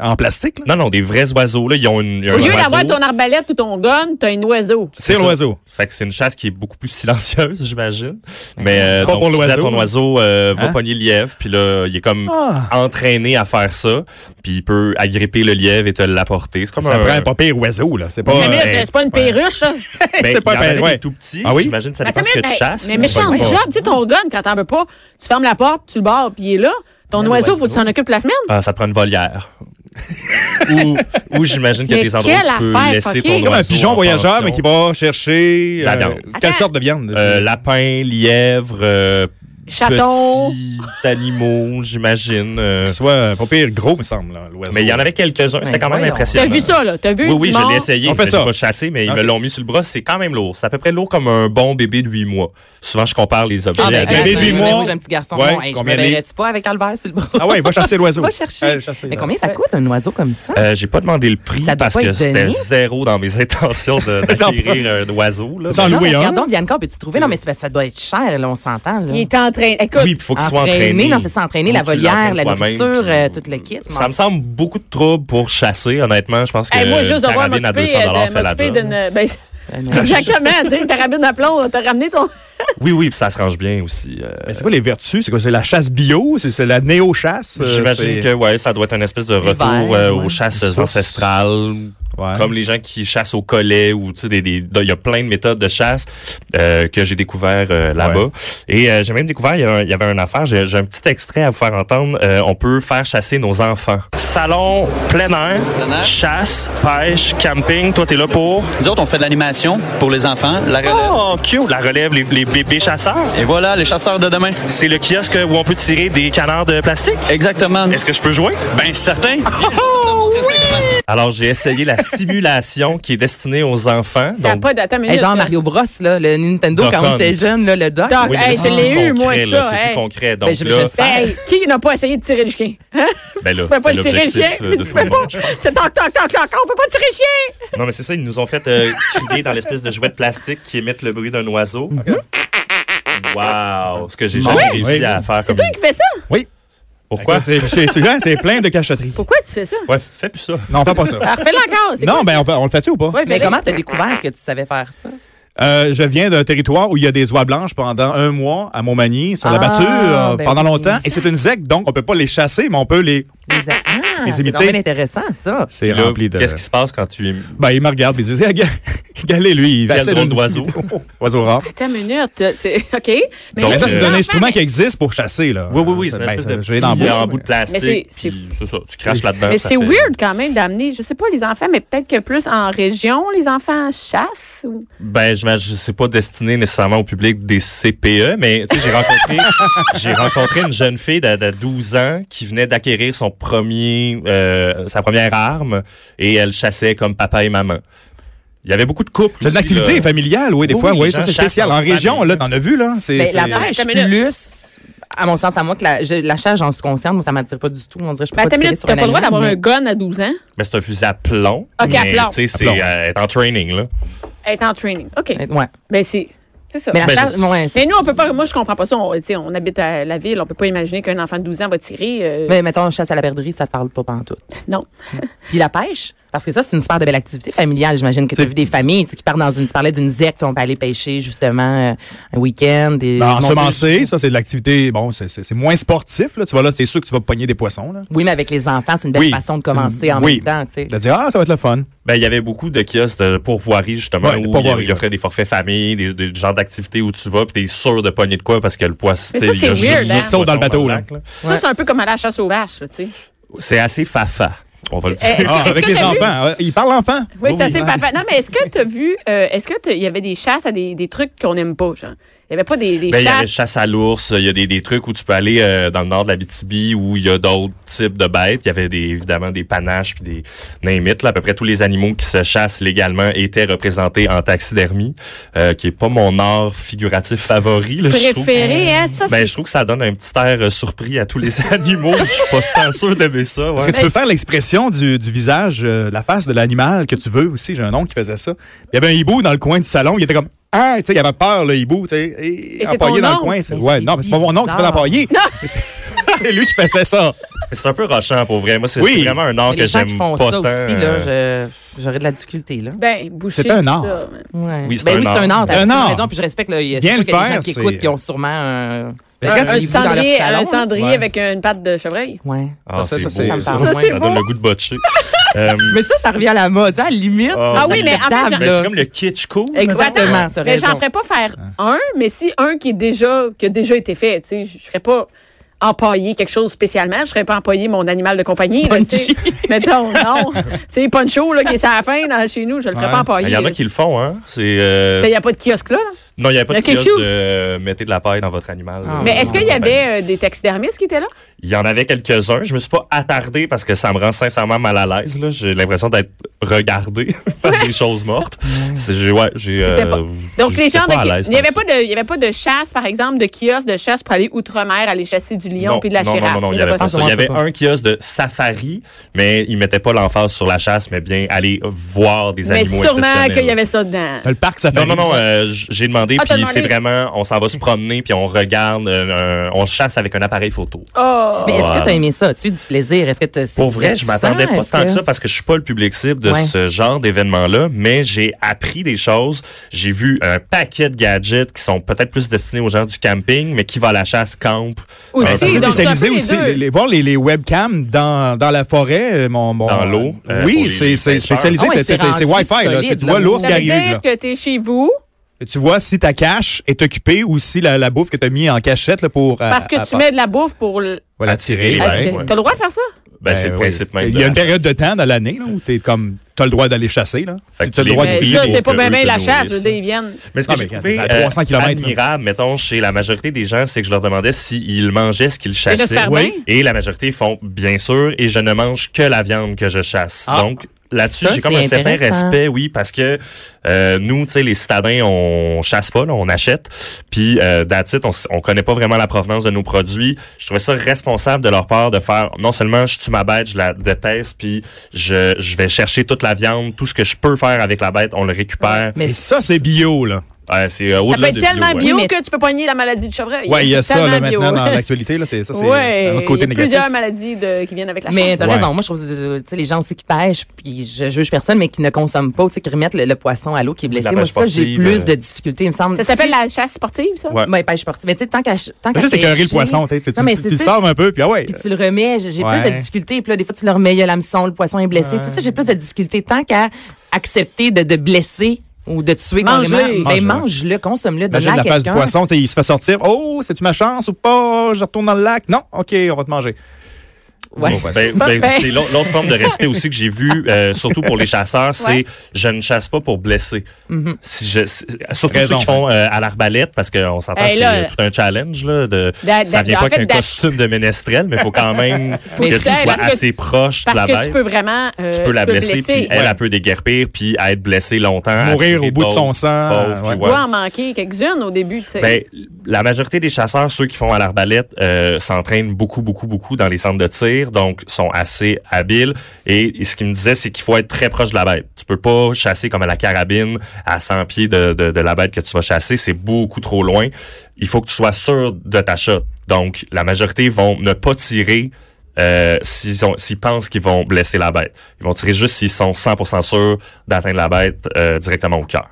Speaker 2: En plastique, là.
Speaker 3: Non, non, des vrais oiseaux, là. Ils ont une. il y a
Speaker 1: Au
Speaker 3: un
Speaker 1: lieu
Speaker 3: oiseau.
Speaker 1: d'avoir ton arbalète ou ton gun, t'as un oiseau.
Speaker 2: C'est
Speaker 3: ça.
Speaker 2: l'oiseau.
Speaker 3: Fait que c'est une chasse qui est beaucoup plus silencieuse, <laughs> j'imagine. Mais euh,
Speaker 2: Pas
Speaker 3: donc,
Speaker 2: pour
Speaker 3: tu dis à
Speaker 2: l'oiseau,
Speaker 3: ton
Speaker 2: là.
Speaker 3: oiseau, euh, va
Speaker 2: Hein?
Speaker 3: pogner le lièvre, puis là, il est comme
Speaker 2: Ah.
Speaker 3: entraîné à faire ça, puis il peut agripper le lièvre et te l'apporter. C'est comme
Speaker 2: Ça
Speaker 3: un...
Speaker 2: prend un pas pire oiseau, là. C'est pas.
Speaker 3: Ouais,
Speaker 1: Mais
Speaker 3: ouais.
Speaker 1: là, euh, c'est pas une perruche, ça.
Speaker 3: Ben,
Speaker 2: c'est pas
Speaker 3: il y en avait
Speaker 2: pareil, ouais.
Speaker 3: des tout petit.
Speaker 2: Ah oui?
Speaker 3: J'imagine que ça
Speaker 1: Mais
Speaker 3: dépend ce que tu chasses.
Speaker 1: mais
Speaker 3: Tu
Speaker 1: méchant
Speaker 3: pognes pas.
Speaker 1: job, tu sais, ton gun, quand t'en veux pas, tu fermes la porte, tu le barres, puis il est là. Ton oiseau, faut que tu t'en occupes la semaine.
Speaker 3: Ah, ça te prend une volière. <laughs> ou ou j'imagine qu'il y a
Speaker 1: Mais
Speaker 3: des endroits où tu peux
Speaker 1: quelle
Speaker 3: laisser
Speaker 1: affaire,
Speaker 3: ton
Speaker 1: fucking.
Speaker 3: oiseau
Speaker 2: Comme un pigeon
Speaker 3: en
Speaker 2: voyageur,
Speaker 3: pension.
Speaker 2: mais qui va chercher.
Speaker 3: De la
Speaker 2: euh,
Speaker 3: viande.
Speaker 2: Quelle
Speaker 1: Attends.
Speaker 2: sorte de viande?
Speaker 3: Euh, lapin, lièvre, euh,
Speaker 1: Chaton.
Speaker 3: petits animaux, j'imagine. euh,
Speaker 2: Soit euh, pas pire gros, me semble, là, l'oiseau.
Speaker 3: mais il y en avait quelques-uns. C'était quand même
Speaker 4: voyons.
Speaker 3: impressionnant.
Speaker 1: T'as vu ça, là? T'as vu?
Speaker 3: Oui, oui,
Speaker 1: tu
Speaker 3: je l'ai
Speaker 1: mords.
Speaker 3: essayé.
Speaker 2: On fait
Speaker 3: mais
Speaker 2: ça.
Speaker 3: J'ai pas chassé, mais ils
Speaker 2: Ok.
Speaker 3: me l'ont mis sur le bras. C'est quand même lourd. C'est à peu près lourd comme un bon bébé de 8 mois. Souvent, je compare les objets.
Speaker 4: Ah, ben,
Speaker 3: avec-
Speaker 4: regarde,
Speaker 2: bébé
Speaker 4: j'ai-
Speaker 2: de huit
Speaker 4: j'ai-
Speaker 2: mois.
Speaker 4: j'ai un petit garçon.
Speaker 2: Ouais,
Speaker 4: bon, hey, je me
Speaker 2: combien d'années?
Speaker 4: verrais-tu pas avec Albert sur le bras?
Speaker 2: Ah ouais, va chasser
Speaker 4: <laughs>
Speaker 2: l'oiseau.
Speaker 4: Va chercher.
Speaker 2: Euh, chasser,
Speaker 4: Mais
Speaker 2: là.
Speaker 4: combien ça coûte un oiseau comme ça?
Speaker 3: Euh, j'ai pas demandé le prix
Speaker 4: Ça doit
Speaker 3: parce
Speaker 4: pas
Speaker 3: que
Speaker 4: être
Speaker 3: c'était
Speaker 4: donné.
Speaker 3: zéro dans mes <laughs>
Speaker 2: <laughs>
Speaker 3: intentions de- d'acquérir un oiseau. Là.
Speaker 2: Sans
Speaker 3: Mais-
Speaker 4: non,
Speaker 2: louer
Speaker 4: mais
Speaker 2: un.
Speaker 4: regardons, Bianca, peux-tu trouver? Non, mais c'est parce que ça doit être cher, là, on s'entend. là.
Speaker 1: Il est en train. Écoute,
Speaker 3: Oui, il faut qu'il soit entraîné.
Speaker 4: Entraîné, non, c'est ça, entraîner
Speaker 3: Faut
Speaker 4: la
Speaker 3: que tu
Speaker 4: volière, la
Speaker 3: l'entraînes toi-même,
Speaker 4: nourriture,
Speaker 3: puis-
Speaker 4: euh, tout le kit.
Speaker 3: Ça me semble beaucoup de trouble pour chasser, honnêtement. Je pense que
Speaker 1: hey, moi, juste
Speaker 3: une
Speaker 1: devoir
Speaker 3: carabine à
Speaker 1: m'occuper
Speaker 3: 200
Speaker 1: euh, de-
Speaker 3: fait la
Speaker 1: m'occuper
Speaker 3: job.
Speaker 1: d'une.
Speaker 3: <laughs>
Speaker 1: ben, c'est- exactement, tu sais, une carabine à plomb, t'as ramené
Speaker 3: <laughs>
Speaker 1: ton.
Speaker 3: Oui, oui, puis ça se range bien aussi. euh,
Speaker 2: Mais c'est quoi les vertus? C'est quoi? C'est la chasse bio? C'est c'est la néo-chasse? Euh, c'est-
Speaker 3: J'imagine que ouais, ça doit être une espèce de retour
Speaker 4: L'hiver,
Speaker 3: euh,
Speaker 4: ouais.
Speaker 3: aux chasses
Speaker 2: Source.
Speaker 3: ancestrales.
Speaker 2: Ouais.
Speaker 3: Comme les gens qui chassent au collet ou tu sais, des- des- il y a plein de méthodes de chasse euh, que j'ai découvert euh, là-bas.
Speaker 2: Ouais.
Speaker 3: Et euh, j'ai même découvert, il y, a un- il y avait une affaire, j'ai j'ai un petit extrait à vous faire entendre. Euh, on peut faire chasser nos enfants. Salon, plein air, chasse, pêche, camping. Toi, t'es là pour
Speaker 5: Nous autres, on fait de l'animation pour les enfants, la relève.
Speaker 3: Oh, cute! La relève, les, les bébés chasseurs.
Speaker 5: Et voilà, les chasseurs de demain.
Speaker 3: C'est le kiosque où on peut tirer des canards de plastique.
Speaker 5: Exactement.
Speaker 3: Est-ce que je peux jouer? Oh,
Speaker 1: <laughs>
Speaker 5: Ben, certain.
Speaker 3: Alors, j'ai essayé la simulation qui est destinée aux enfants.
Speaker 1: Ça a
Speaker 3: Donc,
Speaker 1: pas d'attente
Speaker 4: Hey, genre Mario Bros, là, le Nintendo,
Speaker 3: Doc
Speaker 4: quand on était
Speaker 3: Hunt.
Speaker 4: jeune, là, le doc.
Speaker 1: Doc,
Speaker 3: oui, mais
Speaker 1: hey,
Speaker 3: c'est
Speaker 1: je
Speaker 3: plus
Speaker 1: l'ai eu, moi,
Speaker 3: concret, là,
Speaker 1: ça.
Speaker 3: C'est
Speaker 1: hey.
Speaker 3: plus concret. Donc,
Speaker 4: je-
Speaker 3: là,
Speaker 4: j'espère.
Speaker 1: Ben, hey, qui n'a pas essayé de tirer le chien?
Speaker 3: ben là,
Speaker 1: tu peux pas le
Speaker 3: c'était
Speaker 1: tirer le chien,
Speaker 3: l'objectif, euh,
Speaker 1: mais
Speaker 3: de
Speaker 1: tu
Speaker 3: tout le
Speaker 1: peux pas.
Speaker 3: monde.
Speaker 1: C'est toc, toc, toc, toc, on peut pas tirer le chien!
Speaker 3: Non, mais c'est ça, ils nous ont fait euh, crier dans l'espèce de jouet de plastique qui émite le bruit d'un oiseau.
Speaker 1: Mhm.
Speaker 3: Wow! Ce que
Speaker 1: Ah
Speaker 3: j'ai jamais
Speaker 2: Oui.
Speaker 3: réussi à
Speaker 2: Oui.
Speaker 3: faire. Comme...
Speaker 1: Toi qui fais ça?
Speaker 3: Pourquoi?
Speaker 2: C'est c'est- c'est vrai, c'est plein de cacheteries.
Speaker 1: Pourquoi tu fais ça?
Speaker 3: Ouais, fais plus ça.
Speaker 2: Non, fais pas ça.
Speaker 4: <laughs>
Speaker 1: Alors,
Speaker 3: <laughs>
Speaker 1: fais-le encore. c'est
Speaker 2: Non,
Speaker 1: quoi
Speaker 2: ben on, fait- on le fait-tu ou pas?
Speaker 1: ça? Ouais,
Speaker 4: Mais
Speaker 1: fais-le.
Speaker 4: comment t'as découvert que tu savais faire ça?
Speaker 2: Euh, je viens d'un territoire où il y a des oies blanches pendant un mois à Montmagny, sur la
Speaker 4: Ah,
Speaker 2: battue, euh,
Speaker 4: ben
Speaker 2: pendant
Speaker 4: oui.
Speaker 2: longtemps. Et c'est une zec, donc on peut pas les chasser, mais on peut les...
Speaker 4: Les, ah,
Speaker 2: Les
Speaker 4: c'est
Speaker 2: imiter.
Speaker 4: donc bien intéressant, ça.
Speaker 2: C'est
Speaker 3: Là,
Speaker 2: rempli de...
Speaker 3: Qu'est-ce qui se passe quand tu...
Speaker 2: Ben, il me regarde et il dit, <laughs> Galé, lui, il
Speaker 3: Quel
Speaker 2: essaie
Speaker 3: drôle
Speaker 2: de-
Speaker 3: d'oiseau.
Speaker 2: <laughs> oiseau rare.
Speaker 1: Attends une minute. c'est- <laughs> OK. Mais
Speaker 3: Donc,
Speaker 2: Mais ça, c'est
Speaker 3: euh,
Speaker 2: un
Speaker 3: non,
Speaker 2: instrument qui existe pour chasser, là.
Speaker 3: Oui, oui, oui, c'est une
Speaker 2: Ben,
Speaker 3: espèce
Speaker 2: ça,
Speaker 3: de
Speaker 2: je l'ai dans la
Speaker 3: petit,
Speaker 2: bouche,
Speaker 3: euh, en
Speaker 2: mais-
Speaker 3: bout de plastique.
Speaker 1: Mais c'est-
Speaker 3: puis C'est ça, tu craches là-dedans.
Speaker 1: Mais
Speaker 3: ça
Speaker 1: c'est
Speaker 3: fait-
Speaker 1: weird quand même d'amener, je sais pas, les enfants, mais peut-être que plus en région, les enfants chassent. ou-
Speaker 3: Ben, j'imagine, c'est pas destiné nécessairement au public des CPE, mais tu sais,
Speaker 2: <laughs>
Speaker 3: j'ai rencontré, j'ai rencontré une jeune fille de, de 12 ans qui venait d'acquérir son premier, euh, sa première arme et elle chassait comme papa et maman. Il y avait beaucoup de couples.
Speaker 2: C'est une
Speaker 3: aussi,
Speaker 2: activité
Speaker 3: là.
Speaker 2: familiale, oui, des
Speaker 3: euh, Oui,
Speaker 2: fois.
Speaker 3: oui,
Speaker 2: Oui,
Speaker 3: les
Speaker 2: ça,
Speaker 3: gens
Speaker 2: c'est spécial.
Speaker 3: chassent
Speaker 2: En
Speaker 3: en
Speaker 2: région,
Speaker 3: famille.
Speaker 2: là, t'en as vu, là. C'est-
Speaker 4: Ben,
Speaker 2: c'est-
Speaker 4: la
Speaker 1: attends
Speaker 4: pêche
Speaker 1: une minute.
Speaker 4: plus, à mon sens, à moi, que la, je- la chasse, j'en suis consciente, moi, ça m'attire pas du tout. On dirait, je peux
Speaker 1: Ben, attends
Speaker 4: pas
Speaker 1: une
Speaker 4: tirer
Speaker 1: minute,
Speaker 4: sur
Speaker 1: t'as pas le droit
Speaker 4: animal,
Speaker 1: d'avoir
Speaker 4: mais-
Speaker 1: un gun à 12 ans,
Speaker 3: Mais c'est un fusil à plomb.
Speaker 1: Ok, à
Speaker 3: mais,
Speaker 1: plomb.
Speaker 3: Tu sais, c'est
Speaker 2: À plomb.
Speaker 3: euh, être en training, là.
Speaker 1: être en training. OK.
Speaker 4: Ouais.
Speaker 1: Ben, c'est. C'est ça.
Speaker 4: Mais la
Speaker 3: Ben,
Speaker 4: chasse,
Speaker 3: c'est-
Speaker 4: ouais, c'est-
Speaker 1: Mais nous, on peut pas. Moi, je comprends pas ça. On, tu sais, on habite à la ville. On peut pas imaginer qu'un enfant de 12 ans va tirer. euh,
Speaker 4: Mais ben, mettons, chasse à la berderie, ça te parle pas pantoute.
Speaker 1: Non.
Speaker 4: Puis la pêche, parce que ça, c'est une super de belle activité familiale. J'imagine que tu as vu des familles tu sais, qui partent dans une. Tu parlais d'une zec, on peut aller pêcher justement euh, un week-end. des-
Speaker 2: Ben,
Speaker 4: mon Dieu,
Speaker 2: ensemencer, ça, c'est de l'activité. Bon, c'est- c'est c'est moins sportif, là. Tu vois, là, c'est sûr que tu vas pogner des poissons, là.
Speaker 4: Oui, mais avec les enfants, c'est une belle
Speaker 2: Oui,
Speaker 4: façon de
Speaker 2: c'est une-
Speaker 4: commencer en
Speaker 2: oui.
Speaker 4: même temps. tu sais.
Speaker 2: De dire, ah, ça va être le fun.
Speaker 3: Ben, il y avait beaucoup de kiosques de pourvoirie, justement,
Speaker 2: Ouais, de
Speaker 3: où
Speaker 2: pourvoirie,
Speaker 3: il y offrait des forfaits famille, des, des genres d'activités où tu vas, puis t'es sûr de pogner de quoi parce que le poisson,
Speaker 1: Mais
Speaker 3: tu
Speaker 1: ça,
Speaker 3: sais, il y a
Speaker 1: c'est weird,
Speaker 3: juste
Speaker 1: hein?
Speaker 3: du
Speaker 2: Saut dans le
Speaker 3: poisson
Speaker 2: bateau, là.
Speaker 3: lac, là.
Speaker 1: Ça, c'est un peu comme aller à la chasse aux vaches, là, tu sais.
Speaker 3: C'est assez fafa. On va le
Speaker 1: C'est-
Speaker 3: dire.
Speaker 1: est-ce que-
Speaker 2: Ah,
Speaker 1: est-ce
Speaker 2: avec
Speaker 1: que
Speaker 2: les
Speaker 1: t'as vu-
Speaker 2: enfants. euh, Il parle enfant.
Speaker 1: Oui, ça
Speaker 2: oui.
Speaker 1: c'est papa. Non, mais est-ce que tu as vu, euh, est-ce que t'as- il y avait des chasses à des, des trucs qu'on n'aime pas, genre? Il n'y avait pas des, des
Speaker 3: Ben, il y a la
Speaker 1: chasses.
Speaker 3: chasse à l'ours, il y a des, des trucs où tu peux aller euh, dans le nord de la BTB où il y a d'autres types de bêtes. Il y avait des, évidemment des panaches puis des némites. Là, à peu près tous les animaux qui se chassent légalement étaient représentés en taxidermie, euh, qui est pas mon art figuratif favori. Là, je trouve.
Speaker 1: préférées, hein? Ça,
Speaker 3: Ben,
Speaker 1: c'est-
Speaker 3: je trouve que ça donne un petit air euh, surpris à tous les <laughs> animaux. Je suis pas tant sûr d'aimer ça. ouais.
Speaker 2: Est-ce que
Speaker 4: Ben,
Speaker 2: tu peux faire l'expression du, du visage, euh, la face de l'animal que tu veux aussi? J'ai un oncle qui faisait ça. Il y avait un hibou dans le coin du salon. Il était comme, ah, tu sais, il avait peur, le hibou, tu sais, et,
Speaker 1: Et c'est
Speaker 2: empaillé
Speaker 1: ton
Speaker 2: dans le
Speaker 1: oncle?
Speaker 2: coin. c'est-
Speaker 4: Mais
Speaker 2: Ouais,
Speaker 4: c'est
Speaker 2: non, mais <laughs> c'est pas mon oncle qui s'est fait
Speaker 4: bizarre.
Speaker 2: empailler. c'est lui qui faisait ça.
Speaker 3: Mais C'est un peu rochant pour vrai. Moi, c'est
Speaker 2: Oui.
Speaker 3: c'est vraiment un art
Speaker 4: Mais
Speaker 3: que
Speaker 4: les gens
Speaker 3: j'aime
Speaker 4: qui
Speaker 3: pas
Speaker 4: font
Speaker 3: tant.
Speaker 4: ça aussi, là,
Speaker 3: euh,
Speaker 4: je- j'aurais de la difficulté, là.
Speaker 1: Ben, boucher.
Speaker 2: C'est un
Speaker 1: tout
Speaker 2: art.
Speaker 1: ça.
Speaker 4: Ouais.
Speaker 3: Oui, c'est
Speaker 4: Ben
Speaker 3: un
Speaker 4: oui, c'est un
Speaker 3: art.
Speaker 4: art. t'as
Speaker 2: Un
Speaker 4: absolument
Speaker 2: art.
Speaker 4: raison, puis je respecte, là, il y a, c'est
Speaker 2: Bien
Speaker 4: sûr
Speaker 2: le
Speaker 4: qu'il y a des gens
Speaker 2: faire,
Speaker 4: qui
Speaker 2: c'est-
Speaker 4: écoutes qui ont sûrement un.
Speaker 2: Parce
Speaker 1: Un,
Speaker 2: que
Speaker 4: Quand
Speaker 1: un
Speaker 4: tu y vas dans leur
Speaker 1: cendrier,
Speaker 4: salon,
Speaker 1: un
Speaker 4: là.
Speaker 1: cendrier
Speaker 2: Ouais.
Speaker 1: avec une patte de chevreuil.
Speaker 4: Ouais.
Speaker 3: Ah,
Speaker 2: Ça,
Speaker 3: ça,
Speaker 2: ça,
Speaker 3: c'est
Speaker 2: c'est-
Speaker 3: beau,
Speaker 4: ça me
Speaker 3: ça.
Speaker 4: parle moins.
Speaker 3: Ça donne le goût
Speaker 1: <laughs>
Speaker 3: de botcher. Euh,
Speaker 4: Mais ça, ça revient à la mode, hein, à la limite.
Speaker 3: Ah
Speaker 4: c'est
Speaker 3: oui,
Speaker 1: mais en fait,
Speaker 4: acceptable,
Speaker 1: j'en-
Speaker 3: ben,
Speaker 4: là.
Speaker 3: c'est comme le kitsch cool.
Speaker 4: Exactement, t'as
Speaker 1: Mais
Speaker 4: raison. Hein?
Speaker 1: j'en ferais pas faire un, mais si un qui est déjà qui a déjà été fait, tu sais, je ferais pas empailler quelque chose spécialement, je serais pas empailler mon animal de compagnie, là, tu sais. <laughs> mettons,
Speaker 4: <laughs>
Speaker 1: non. tu sais, Poncho là qui est à la fin dans- chez nous, je le ferais
Speaker 2: Ouais.
Speaker 1: pas
Speaker 3: Il
Speaker 1: empailler.
Speaker 3: y en
Speaker 1: là.
Speaker 3: a qui le font, hein. C'est. euh,
Speaker 1: Ça, Ah, y a pas de kiosque là. là.
Speaker 3: Non, il n'y avait pas
Speaker 1: Le
Speaker 3: de kiosque
Speaker 1: curfew.
Speaker 3: de euh, mettez de la paille dans votre animal.
Speaker 4: Ah.
Speaker 3: euh,
Speaker 1: Mais est-ce qu'il y
Speaker 3: en compagnie.
Speaker 1: avait euh, des taxidermistes qui étaient là
Speaker 3: Il y en avait quelques-uns. Je me suis pas attardé parce que ça me rend sincèrement mal à l'aise. là. J'ai l'impression d'être regardé <laughs> par des choses mortes. C'est- j'ai- ouais, j'ai, euh,
Speaker 1: C'était pas- Donc
Speaker 3: je-
Speaker 1: les
Speaker 3: j'étais
Speaker 1: gens
Speaker 3: pas à
Speaker 1: de-
Speaker 3: l'aise
Speaker 1: il n'y avait
Speaker 3: dans
Speaker 1: pas de il y avait pas de chasse par exemple de kiosque de chasse pour aller outre-mer aller chasser du lion
Speaker 3: Non,
Speaker 1: puis de la
Speaker 3: non,
Speaker 1: girafe.
Speaker 3: Non, non, non, il y
Speaker 1: y a
Speaker 3: avait
Speaker 1: pas
Speaker 3: pas
Speaker 1: ça.
Speaker 3: ça. Il y avait
Speaker 4: Absolument
Speaker 3: un kiosque de safari, mais il mettait pas l'emphase sur la chasse, mais bien aller voir des
Speaker 1: Mais
Speaker 3: animaux
Speaker 1: sûrement
Speaker 3: exceptionnels.
Speaker 1: qu'il y avait ça dedans.
Speaker 2: T'as le parc, ça fait
Speaker 3: Non, non, non, euh, j- j'ai demandé,
Speaker 1: Ah, t'as
Speaker 3: puis c'est
Speaker 1: demandé.
Speaker 3: vraiment, on s'en va se promener, puis on regarde, euh, un- on chasse avec un appareil photo.
Speaker 1: Oh.
Speaker 4: Mais est-ce
Speaker 3: Ouais.
Speaker 4: que t'as aimé ça? As-tu eu du plaisir? Est-ce que t'as- c'est
Speaker 3: Pour vrai, je m'attendais pas
Speaker 4: divertissant?
Speaker 3: tant que
Speaker 4: Est-ce
Speaker 3: ça parce que je suis pas le public cible de
Speaker 4: Ouais.
Speaker 3: ce genre d'événement-là, mais j'ai appris des choses. J'ai vu un paquet de gadgets qui sont peut-être plus destinés aux gens du camping, mais qui va à la chasse camp.
Speaker 1: Aussi,
Speaker 3: Euh, ça s'est
Speaker 1: donc, t'as
Speaker 2: spécialisé
Speaker 1: fait
Speaker 2: aussi.
Speaker 1: les deux.
Speaker 2: les- les- voir les, les webcams dans, dans la forêt. euh, Mon, mon-
Speaker 3: Dans l'eau, euh, pour les
Speaker 2: oui, c'est c'est
Speaker 3: pêcheurs.
Speaker 2: spécialisé.
Speaker 4: Ah ouais,
Speaker 2: c'est-
Speaker 4: c'est
Speaker 2: c'est c'est
Speaker 4: rendu
Speaker 2: Wi-Fi. là. Tu-
Speaker 4: solide,
Speaker 2: tu vois
Speaker 4: là.
Speaker 2: l'ours
Speaker 1: Ça
Speaker 2: qui
Speaker 1: veut
Speaker 2: arrive.
Speaker 1: dire
Speaker 2: là.
Speaker 1: que t'es chez vous
Speaker 2: Tu vois si ta cache est occupée ou si la, la bouffe que tu as mis en cachette là, pour. euh,
Speaker 1: parce que
Speaker 2: à-
Speaker 1: tu mets de la bouffe pour le.
Speaker 2: Voilà, tirer.
Speaker 3: Attirer,
Speaker 1: Ah,
Speaker 3: ben,
Speaker 1: tu sais,
Speaker 3: ouais.
Speaker 1: T'as le droit de faire ça?
Speaker 3: Ben, c'est
Speaker 2: Ben
Speaker 3: le
Speaker 2: oui.
Speaker 3: principe même.
Speaker 2: Il
Speaker 3: de
Speaker 2: y a
Speaker 3: la
Speaker 2: une période de temps dans l'année là, où tu comme t'as le droit d'aller chasser là.
Speaker 3: Fait que
Speaker 2: T'as
Speaker 3: tu
Speaker 2: le
Speaker 3: les
Speaker 2: droit de
Speaker 3: mets-
Speaker 1: Mais
Speaker 3: Oui,
Speaker 1: ça,
Speaker 3: pour
Speaker 1: c'est
Speaker 3: que
Speaker 1: pas bien
Speaker 3: eux
Speaker 1: bien
Speaker 3: te
Speaker 1: la chasse. Je veux
Speaker 3: nourrissent.
Speaker 1: dire, ils viennent.
Speaker 3: Mais ce que
Speaker 2: Non,
Speaker 3: j'ai
Speaker 2: mais
Speaker 3: trouvé
Speaker 2: à
Speaker 3: euh,
Speaker 2: 300 kilomètres, là.
Speaker 3: admirable, mettons, chez la majorité des gens, c'est que je leur demandais s'ils mangeaient ce qu'ils
Speaker 1: Et
Speaker 3: chassaient.
Speaker 1: j'espère bien.
Speaker 3: Et la majorité font, bien sûr, et je ne mange que la viande que je chasse.
Speaker 2: Ah.
Speaker 3: Donc, là-dessus,
Speaker 4: Ça,
Speaker 3: j'ai comme
Speaker 4: c'est
Speaker 3: un certain
Speaker 4: intéressant.
Speaker 3: respect, oui, parce que euh, nous, tu sais, les citadins, on chasse pas, là, on achète. Puis, euh, that's it, on, s- on connaît pas vraiment la provenance de nos produits. Je trouvais ça responsable de leur part de faire, non seulement je tue ma bête, je la dépaisse, puis je, je vais chercher toute la viande, tout ce que je peux faire avec la bête, on le récupère.
Speaker 4: Mais
Speaker 2: Et ça c'est bio là.
Speaker 3: Ouais, c'est
Speaker 1: Ça
Speaker 3: euh,
Speaker 1: peut
Speaker 3: au-delà
Speaker 1: être
Speaker 3: de
Speaker 1: tellement
Speaker 3: bio, ouais.
Speaker 1: bio,
Speaker 4: Oui, mais-
Speaker 1: que tu peux poigner la maladie du chevreuil.
Speaker 2: Ouais, il y a ça là,
Speaker 1: Tellement bio.
Speaker 2: maintenant dans l'actualité là, c'est ça c'est
Speaker 1: Ouais,
Speaker 2: un autre
Speaker 1: il
Speaker 2: côté
Speaker 1: y a
Speaker 2: négatif.
Speaker 1: plusieurs maladies de- qui viennent avec la
Speaker 4: Mais t'as
Speaker 1: chasse.
Speaker 4: raison. Moi, je trouve, euh, tu sais, les gens aussi qui pêchent, puis je juge personne, mais qui ne consomment pas, tu sais, qui remettent le, le poisson à l'eau, qui est blessé.
Speaker 3: la
Speaker 4: Moi,
Speaker 3: pêche
Speaker 4: ça, j'ai
Speaker 3: sportive,
Speaker 4: plus
Speaker 3: euh,
Speaker 4: de difficultés, il me semble.
Speaker 1: Ça s'appelle
Speaker 4: Si-
Speaker 1: la chasse sportive, ça?
Speaker 3: Ouais.
Speaker 4: Ouais, pêche sportive. Mais tu sais, tant qu'à ch- tant qu'à
Speaker 2: Juste écœurer le
Speaker 4: pêcher-
Speaker 2: poisson, tu sais, tu-
Speaker 4: Non, mais
Speaker 2: tu
Speaker 4: c'est-
Speaker 2: tu le sors un peu puis ah ouais.
Speaker 4: puis tu le remets, j'ai j'ai
Speaker 2: Ouais.
Speaker 4: plus de difficultés. Puis là, des fois, tu le remets, il y a l'hameçon, le poisson est blessé. Tu sais, ça, j'ai plus de difficultés tant qu'à accepter de, de blesser ou de tuer
Speaker 1: Manger.
Speaker 4: carrément. Ben,
Speaker 2: Mange-le.
Speaker 4: mange-le, consomme-le, donne-le
Speaker 2: Imagine
Speaker 4: à
Speaker 2: la face du
Speaker 4: quelqu'un.
Speaker 2: poisson, tu sais, il se fait sortir. Oh, c'est-tu ma chance ou pas? Je retourne dans le lac. Non, OK, on va te manger.
Speaker 4: Ouais.
Speaker 3: Ben,
Speaker 1: Pas
Speaker 3: ben,
Speaker 1: fait.
Speaker 3: c'est l'autre l'autre forme de respect aussi que j'ai vu, euh, surtout pour les chasseurs, c'est je ne chasse pas pour blesser.
Speaker 1: Mm-hmm.
Speaker 3: si je, si- surtout
Speaker 2: Raison.
Speaker 3: ceux qui font euh, à l'arbalète, parce qu'on s'entend,
Speaker 1: Hey,
Speaker 3: c'est
Speaker 1: là,
Speaker 3: euh, tout un challenge. Là, de,
Speaker 1: d'a-
Speaker 3: ça vient
Speaker 1: en
Speaker 3: pas
Speaker 1: fait,
Speaker 3: qu'un
Speaker 1: d'a-
Speaker 3: costume de ménestrel, mais il faut
Speaker 1: <laughs>
Speaker 3: quand même
Speaker 4: Mais
Speaker 3: que tu
Speaker 4: c'est
Speaker 3: sois
Speaker 1: parce que-
Speaker 3: assez proche de
Speaker 1: Parce
Speaker 3: la
Speaker 1: que
Speaker 3: bête.
Speaker 1: tu peux vraiment. euh,
Speaker 3: Tu peux la blesser, puis elle,
Speaker 1: Ouais.
Speaker 3: elle peut déguerpir, puis être blessée longtemps.
Speaker 2: Mourir
Speaker 3: attirer
Speaker 2: au bout de son
Speaker 3: d'autres
Speaker 2: sang,
Speaker 3: fauves,
Speaker 2: ouais.
Speaker 3: tu
Speaker 1: Tu
Speaker 3: vois.
Speaker 1: dois en manquer quelques-unes au début, tu sais.
Speaker 3: Ben, la majorité des chasseurs, ceux qui font à l'arbalète, euh, s'entraînent beaucoup, beaucoup, beaucoup dans les centres de tir, donc sont assez habiles. Et, et ce qu'il me disait, c'est qu'il faut être très proche de la bête. Tu peux pas chasser comme à la carabine à 100 pieds de, de, de la bête que tu vas chasser, c'est beaucoup trop loin. Il faut que tu sois sûr de ta shot. Donc, la majorité vont ne pas tirer. euh, s'ils ont- s'ils pensent qu'ils vont blesser la bête. Ils vont tirer juste s'ils sont 100% sûrs d'atteindre la bête euh, directement au cœur.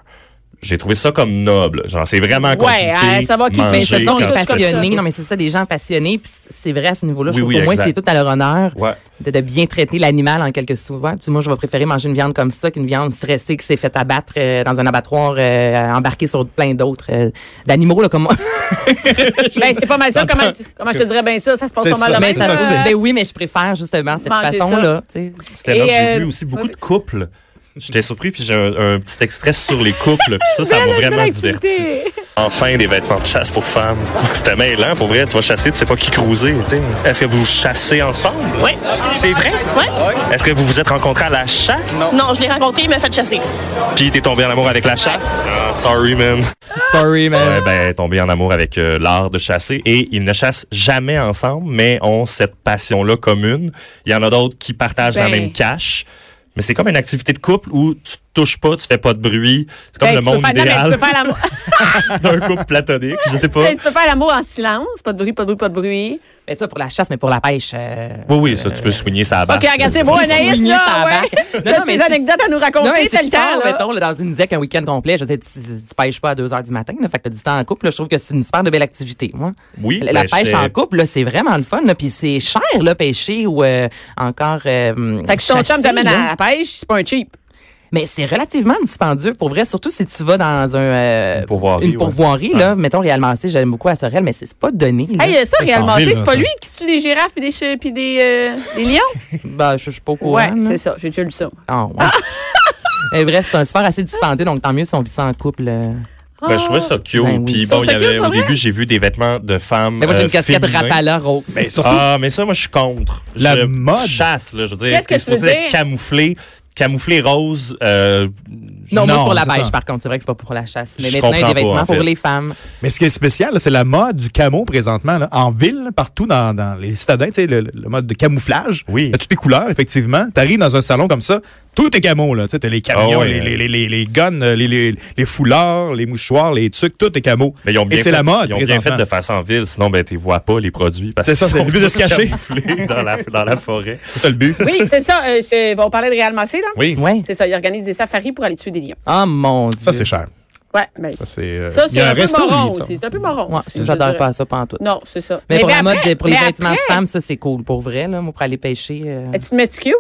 Speaker 3: J'ai trouvé ça comme noble. Genre, c'est vraiment compliqué.
Speaker 1: Ouais, hein, à savoir qui
Speaker 3: manger
Speaker 4: Mais ce sont
Speaker 3: quand
Speaker 4: des
Speaker 1: comme ça.
Speaker 3: tu fais ça.
Speaker 4: passionnés. Non, mais c'est ça, des gens passionnés. Puis c'est vrai à ce niveau-là.
Speaker 3: Oui,
Speaker 4: je trouve
Speaker 3: oui,
Speaker 4: pour moi,
Speaker 3: exact.
Speaker 4: c'est tout à leur honneur
Speaker 3: Ouais.
Speaker 4: de, de bien traiter l'animal en quelque souvent. Puis moi, je vais préférer manger une viande comme ça qu'une viande stressée qui s'est faite abattre euh, dans un abattoir euh, embarqué sur plein d'autres euh, d'animaux, là, comme moi.
Speaker 1: <laughs> Ben, c'est pas mal ça. Comment, tu- comment je te dirais bien ça? Ça se passe
Speaker 2: C'est
Speaker 1: pas mal
Speaker 2: ça,
Speaker 1: de
Speaker 4: Mais
Speaker 1: même.
Speaker 2: c'est ça
Speaker 4: <laughs>
Speaker 2: que
Speaker 4: ben oui, mais je préfère justement cette
Speaker 1: Manger ça.
Speaker 4: façon-là. tu sais.
Speaker 3: C'était là que
Speaker 1: Et,
Speaker 3: j'ai
Speaker 1: euh,
Speaker 3: vu aussi beaucoup de couples. J'étais surpris, puis j'ai un, un petit extrait sur les couples, puis ça, ça
Speaker 1: Ben
Speaker 3: m'a vraiment diverti. Enfin, des vêtements de chasse pour femmes. C'était mêlant, pour vrai. Tu vas chasser, tu sais pas qui cruiser, tu sais. Est-ce que vous chassez ensemble?
Speaker 6: Oui.
Speaker 3: C'est vrai?
Speaker 6: Oui.
Speaker 3: Est-ce que vous vous êtes rencontrés à la chasse?
Speaker 6: Non, je l'ai rencontré, il m'a fait chasser.
Speaker 3: Puis t'es tombé en amour avec la chasse? Ah, sorry, man.
Speaker 1: Ah!
Speaker 4: Sorry, man.
Speaker 3: Ouais, ben, tombé en amour avec euh, l'art de chasser et ils ne chassent jamais ensemble, mais ont cette passion-là commune. Il y en a d'autres qui partagent la
Speaker 1: Ben.
Speaker 3: même cache, mais c'est comme une activité de couple où tu touches pas, tu fais pas de bruit. C'est comme
Speaker 1: Ben,
Speaker 3: le
Speaker 1: tu, peux
Speaker 3: monde
Speaker 1: faire, non, mais tu peux
Speaker 3: idéal
Speaker 1: faire l'amour. <laughs>
Speaker 3: <laughs> d'un couple platonique. Je sais pas.
Speaker 1: Ben, tu peux faire l'amour en silence. Pas de bruit, pas de bruit, pas de bruit.
Speaker 4: Mais Ben, ça, pour la chasse, mais pour la pêche. euh,
Speaker 3: Oui, oui, ça, tu peux soigner sa barre.
Speaker 1: OK, regarde, c'est bon, Anaïs,
Speaker 4: Souligner sa
Speaker 1: là. Ouais.
Speaker 4: barque. Non,
Speaker 1: T'as
Speaker 4: non, mais
Speaker 1: des
Speaker 4: c'est-
Speaker 1: anecdotes à nous raconter,
Speaker 4: Non, mais si
Speaker 1: c'est le
Speaker 4: tu
Speaker 1: temps.
Speaker 4: sors,
Speaker 1: là.
Speaker 4: mettons, là, dans une zec un week-end complet, je sais, tu, tu pêches pas à 2 h du matin, là, fait que t'as du temps en couple, là, je trouve que c'est une super de belle activité, moi.
Speaker 3: Oui,
Speaker 4: La, la
Speaker 3: ben,
Speaker 4: pêche
Speaker 3: je-
Speaker 4: en couple, là, c'est vraiment le fun, là, puis c'est cher, là, pêcher ou euh, encore. euh,
Speaker 1: Fait que si ton chum
Speaker 4: chasser,
Speaker 1: t'amène
Speaker 4: là.
Speaker 1: à la pêche, c'est pas un cheap.
Speaker 4: Mais c'est relativement dispendieux, pour vrai, surtout si tu vas dans un, euh,
Speaker 3: Une pourvoirie,
Speaker 4: une
Speaker 3: ouais.
Speaker 4: pourvoirie, là. Mettons, Réal Massé, j'aime beaucoup à Sorel, mais c'est c'est pas donné. Là.
Speaker 1: Hey, euh, ça,
Speaker 2: Ils sont en
Speaker 1: réellement,
Speaker 2: ville,
Speaker 1: c'est
Speaker 2: là,
Speaker 1: pas
Speaker 2: ça.
Speaker 1: lui qui tue les girafes et des, che- puis des, euh, des lions?
Speaker 4: Ben, je je suis pas au courant.
Speaker 1: Ouais,
Speaker 4: là.
Speaker 1: c'est ça. J'ai déjà lu ça. <laughs>
Speaker 4: Ah, ouais. Mais bref, c'est un sport assez dispendieux, donc tant mieux si on vit ça en couple. euh.
Speaker 3: Ben, je trouvais ça cute.
Speaker 4: Ben oui.
Speaker 3: Puis
Speaker 4: Tu
Speaker 3: bon,
Speaker 1: trouves
Speaker 3: il y
Speaker 1: ça cute,
Speaker 3: avait,
Speaker 1: pas
Speaker 3: au
Speaker 1: vrai?
Speaker 3: début, j'ai vu des vêtements de femmes.
Speaker 4: Mais
Speaker 2: Ben,
Speaker 4: moi, j'ai
Speaker 3: euh,
Speaker 4: une casquette
Speaker 3: féminins.
Speaker 4: Rapala rose.
Speaker 2: Mais Ben, surtout,
Speaker 3: Ah, mais ça, moi, je suis contre.
Speaker 2: La
Speaker 3: Je-
Speaker 2: mode.
Speaker 3: tu chasses, là. Je veux dire,
Speaker 1: Qu'est-ce que
Speaker 3: t'es
Speaker 1: tu veux
Speaker 3: supposé être
Speaker 1: dire?
Speaker 3: Camouflé, camouflé rose. euh,
Speaker 4: Non, moi, c'est pour la
Speaker 2: c'est
Speaker 4: pêche,
Speaker 2: ça.
Speaker 4: par contre. C'est vrai que c'est pas pour la chasse. Mais
Speaker 3: Je
Speaker 4: maintenant, il y a
Speaker 3: comprends
Speaker 4: des
Speaker 3: pas,
Speaker 4: vêtements
Speaker 3: en
Speaker 4: pour
Speaker 3: fait.
Speaker 4: les femmes.
Speaker 2: Mais ce qui est spécial, là, c'est la mode du camo présentement, là, en ville, partout dans, dans les citadins, tu sais, le, le mode de camouflage.
Speaker 3: Oui.
Speaker 2: Il y a toutes les couleurs, effectivement. Tu arrives dans un salon comme ça, tout est camo, là. Tu sais, t'as les camions,
Speaker 3: Ah ouais.
Speaker 2: les, les, les, les, les guns, euh, les, les, les foulards, les mouchoirs, les trucs, tout est camo.
Speaker 3: Mais ils ont bien
Speaker 2: Et c'est
Speaker 3: fait-
Speaker 2: la mode,
Speaker 3: Ils ont bien fait
Speaker 2: présentement.
Speaker 3: de faire ça en ville, sinon, ben, tu vois pas les produits. parce
Speaker 2: C'est ça,
Speaker 3: qu'ils
Speaker 2: c'est le
Speaker 3: sont
Speaker 2: but de
Speaker 3: tous
Speaker 2: se cacher.
Speaker 3: camouflés dans la, dans la forêt.
Speaker 2: C'est ça le but.
Speaker 1: Oui, c'est ça. euh, je- on parlait de Réal Massé, là?
Speaker 2: Oui.
Speaker 4: Ouais.
Speaker 1: C'est ça. Il organise des safaris pour aller tuer des lions.
Speaker 4: Ah, mon Dieu.
Speaker 2: Ça, c'est cher.
Speaker 1: Ouais, ben,
Speaker 2: Ça, c'est. euh,
Speaker 1: ça,
Speaker 2: il y
Speaker 1: c'est
Speaker 2: a
Speaker 1: un, peu
Speaker 2: resto,
Speaker 1: moron
Speaker 2: lui, ça.
Speaker 1: aussi. C'est un peu moron.
Speaker 4: Ouais,
Speaker 1: aussi,
Speaker 4: ça,
Speaker 1: je
Speaker 4: j'adore
Speaker 1: dirais.
Speaker 4: pas ça, pas en tout.
Speaker 1: Non, c'est ça.
Speaker 4: Mais, pour la mode,
Speaker 1: après-
Speaker 4: pour les
Speaker 1: mais
Speaker 4: vêtements
Speaker 1: après,
Speaker 4: de femmes, ça, c'est cool. Pour vrai, là, moi, pour aller pêcher. euh.
Speaker 1: Tu te mets cute?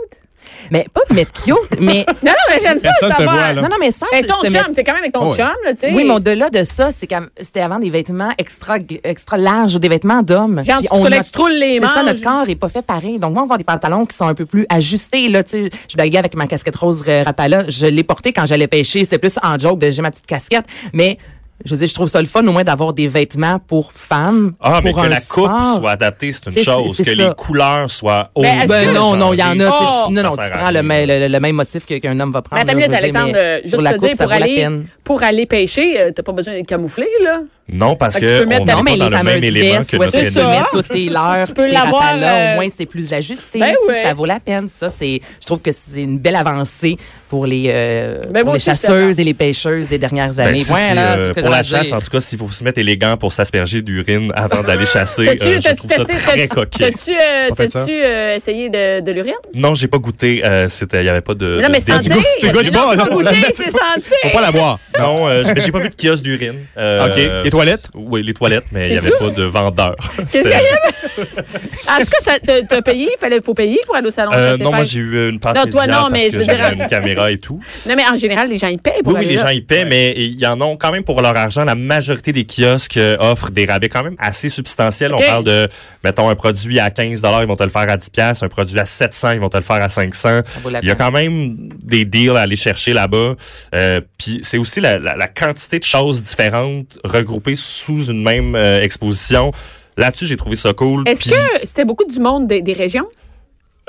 Speaker 4: Mais pas mettre
Speaker 1: <laughs>
Speaker 4: cute, mais.
Speaker 1: Non, non, mais j'aime ça,
Speaker 2: Personne te
Speaker 1: savoir.
Speaker 2: voit, là. Ah
Speaker 4: Non, non, mais sans
Speaker 1: Avec ton
Speaker 4: se- se mettre-
Speaker 1: chum, t'es quand même avec ton
Speaker 2: Ouais.
Speaker 1: chum, là, tu sais.
Speaker 4: Oui, mais au-delà de ça, c'est quand- c'était avant des vêtements extra, extra larges, des vêtements d'hommes.
Speaker 1: Genre,
Speaker 4: Puis
Speaker 1: tu troulais-
Speaker 4: a-
Speaker 1: tu troules les
Speaker 4: C'est ça,
Speaker 1: manches.
Speaker 4: notre corps est pas fait pareil. Donc, moi, on va avoir des pantalons qui sont un peu plus ajustés, là, tu sais. Je blaguais avec ma casquette rose euh, Rapala. Je l'ai portée quand j'allais pêcher. C'était plus en joke de j'ai ma petite casquette. Mais, je veux dire, je trouve ça le fun, au moins, d'avoir des vêtements pour femmes.
Speaker 3: Ah, mais
Speaker 4: pour
Speaker 3: que
Speaker 4: un
Speaker 3: la coupe
Speaker 4: sport.
Speaker 3: soit adaptée, c'est une
Speaker 4: C'est-
Speaker 3: chose.
Speaker 4: c'est
Speaker 3: Que
Speaker 4: ça.
Speaker 3: les couleurs soient
Speaker 1: Ben,
Speaker 3: osées,
Speaker 1: est-ce
Speaker 4: Ben
Speaker 1: que-
Speaker 4: non, non, il y en a.
Speaker 3: genrées.
Speaker 1: Oh!
Speaker 4: c'est- non, non,
Speaker 3: Ça
Speaker 4: tu
Speaker 3: sert à
Speaker 4: prends le,
Speaker 3: rien.
Speaker 4: le- le même motif que- qu'un homme va prendre.
Speaker 1: Mais attends
Speaker 4: là,
Speaker 1: une
Speaker 4: je
Speaker 1: minute,
Speaker 4: veux dire,
Speaker 1: Alexandre,
Speaker 4: mais
Speaker 1: euh, juste
Speaker 4: pour la
Speaker 1: te
Speaker 4: coupe,
Speaker 1: dire,
Speaker 4: ça
Speaker 1: pour
Speaker 4: vaut la
Speaker 1: aller,
Speaker 4: peine.
Speaker 1: pour aller pêcher, euh, t'as pas besoin d'être camouflé, là.
Speaker 3: Non, parce
Speaker 1: Fait
Speaker 3: que,
Speaker 1: que tu peux
Speaker 3: on
Speaker 1: mettre
Speaker 3: n'est
Speaker 1: ta-
Speaker 3: pas
Speaker 4: Non, mais
Speaker 3: dans
Speaker 4: les
Speaker 3: le même
Speaker 4: fameuses
Speaker 3: élément
Speaker 4: vestes,
Speaker 3: que
Speaker 4: ouais,
Speaker 3: notre
Speaker 4: tu
Speaker 1: C'est ça.
Speaker 4: peux
Speaker 3: ennemi.
Speaker 4: mettre toutes tes leurs,
Speaker 1: Tu
Speaker 4: tu
Speaker 1: peux
Speaker 4: peux
Speaker 1: l'avoir, euh,
Speaker 4: au moins c'est plus ajusté,
Speaker 1: ben
Speaker 4: tu sais,
Speaker 1: ouais.
Speaker 4: ça vaut la peine. Ça, c'est, je trouve que c'est une belle avancée pour les, euh,
Speaker 1: Ben, moi
Speaker 4: pour les
Speaker 1: aussi, je suis
Speaker 4: chasseuses et les pêcheurs des dernières
Speaker 3: Ben,
Speaker 4: années.
Speaker 3: si c'est,
Speaker 4: voilà,
Speaker 3: euh,
Speaker 4: c'est ce que
Speaker 3: pour la
Speaker 4: j'allais
Speaker 3: chasse,
Speaker 4: dire.
Speaker 3: en tout cas, s'il faut se mettre élégant pour s'asperger d'urine avant
Speaker 1: <laughs>
Speaker 3: d'aller chasser, euh,
Speaker 1: T'as-tu
Speaker 3: je
Speaker 1: t'as-tu
Speaker 3: trouve ça
Speaker 1: testé?
Speaker 3: très
Speaker 1: t'as-tu-
Speaker 3: coquet.
Speaker 1: T'as-tu euh,
Speaker 2: Pas fait ça.
Speaker 1: t'as-tu, euh, essayé de, de l'urine?
Speaker 3: Non, j'ai pas goûté. euh, C'était, il y avait pas de.
Speaker 1: Non,
Speaker 3: de-
Speaker 1: mais
Speaker 3: de-
Speaker 1: sentir.
Speaker 2: goût, c'est du goût du
Speaker 1: Mais
Speaker 2: bord,
Speaker 3: hein.
Speaker 1: non,
Speaker 2: non,
Speaker 1: goûter,
Speaker 3: <laughs>
Speaker 2: la-
Speaker 1: c'est
Speaker 2: Faut
Speaker 1: sentir.
Speaker 2: pas la boire.
Speaker 3: Non, euh, j'ai- j'ai pas vu de kiosque d'urine. euh,
Speaker 2: OK. Les toilettes?
Speaker 3: Oui, les toilettes, mais il y
Speaker 1: C'est
Speaker 3: avait pas de vendeur.
Speaker 1: Qu'est-ce qu'il y avait? En tout cas, ça- t'as t'as payé, il faut payer pour aller au salon.
Speaker 3: Euh,
Speaker 1: je sais
Speaker 3: non,
Speaker 1: pas.
Speaker 3: moi j'ai eu une passe
Speaker 1: Non, toi,
Speaker 3: média
Speaker 1: non,
Speaker 3: parce
Speaker 1: mais
Speaker 3: que
Speaker 1: je veux
Speaker 3: j'avais
Speaker 1: dire-
Speaker 3: une caméra et tout.
Speaker 1: Non, mais en général, les gens, ils payent pour
Speaker 3: Oui, oui,
Speaker 1: aller
Speaker 3: les
Speaker 1: là.
Speaker 3: gens y paient, mais ils y en ont quand même pour leur argent. La majorité des kiosques euh, offrent des rabais quand même assez substantiels.
Speaker 1: OK.
Speaker 3: On parle de, mettons, un produit à 15 ils vont te le faire à 10 un produit à 700 ils vont te le faire à 500
Speaker 4: vaut la
Speaker 3: Il y a
Speaker 4: peine.
Speaker 3: quand même des deals à aller chercher là-bas. Euh, Puis c'est aussi la, la- la quantité de choses différentes regroupées sous une même euh, exposition. Là-dessus, j'ai trouvé ça cool.
Speaker 1: Est-ce
Speaker 3: Puis-
Speaker 1: que c'était beaucoup du monde des, des régions?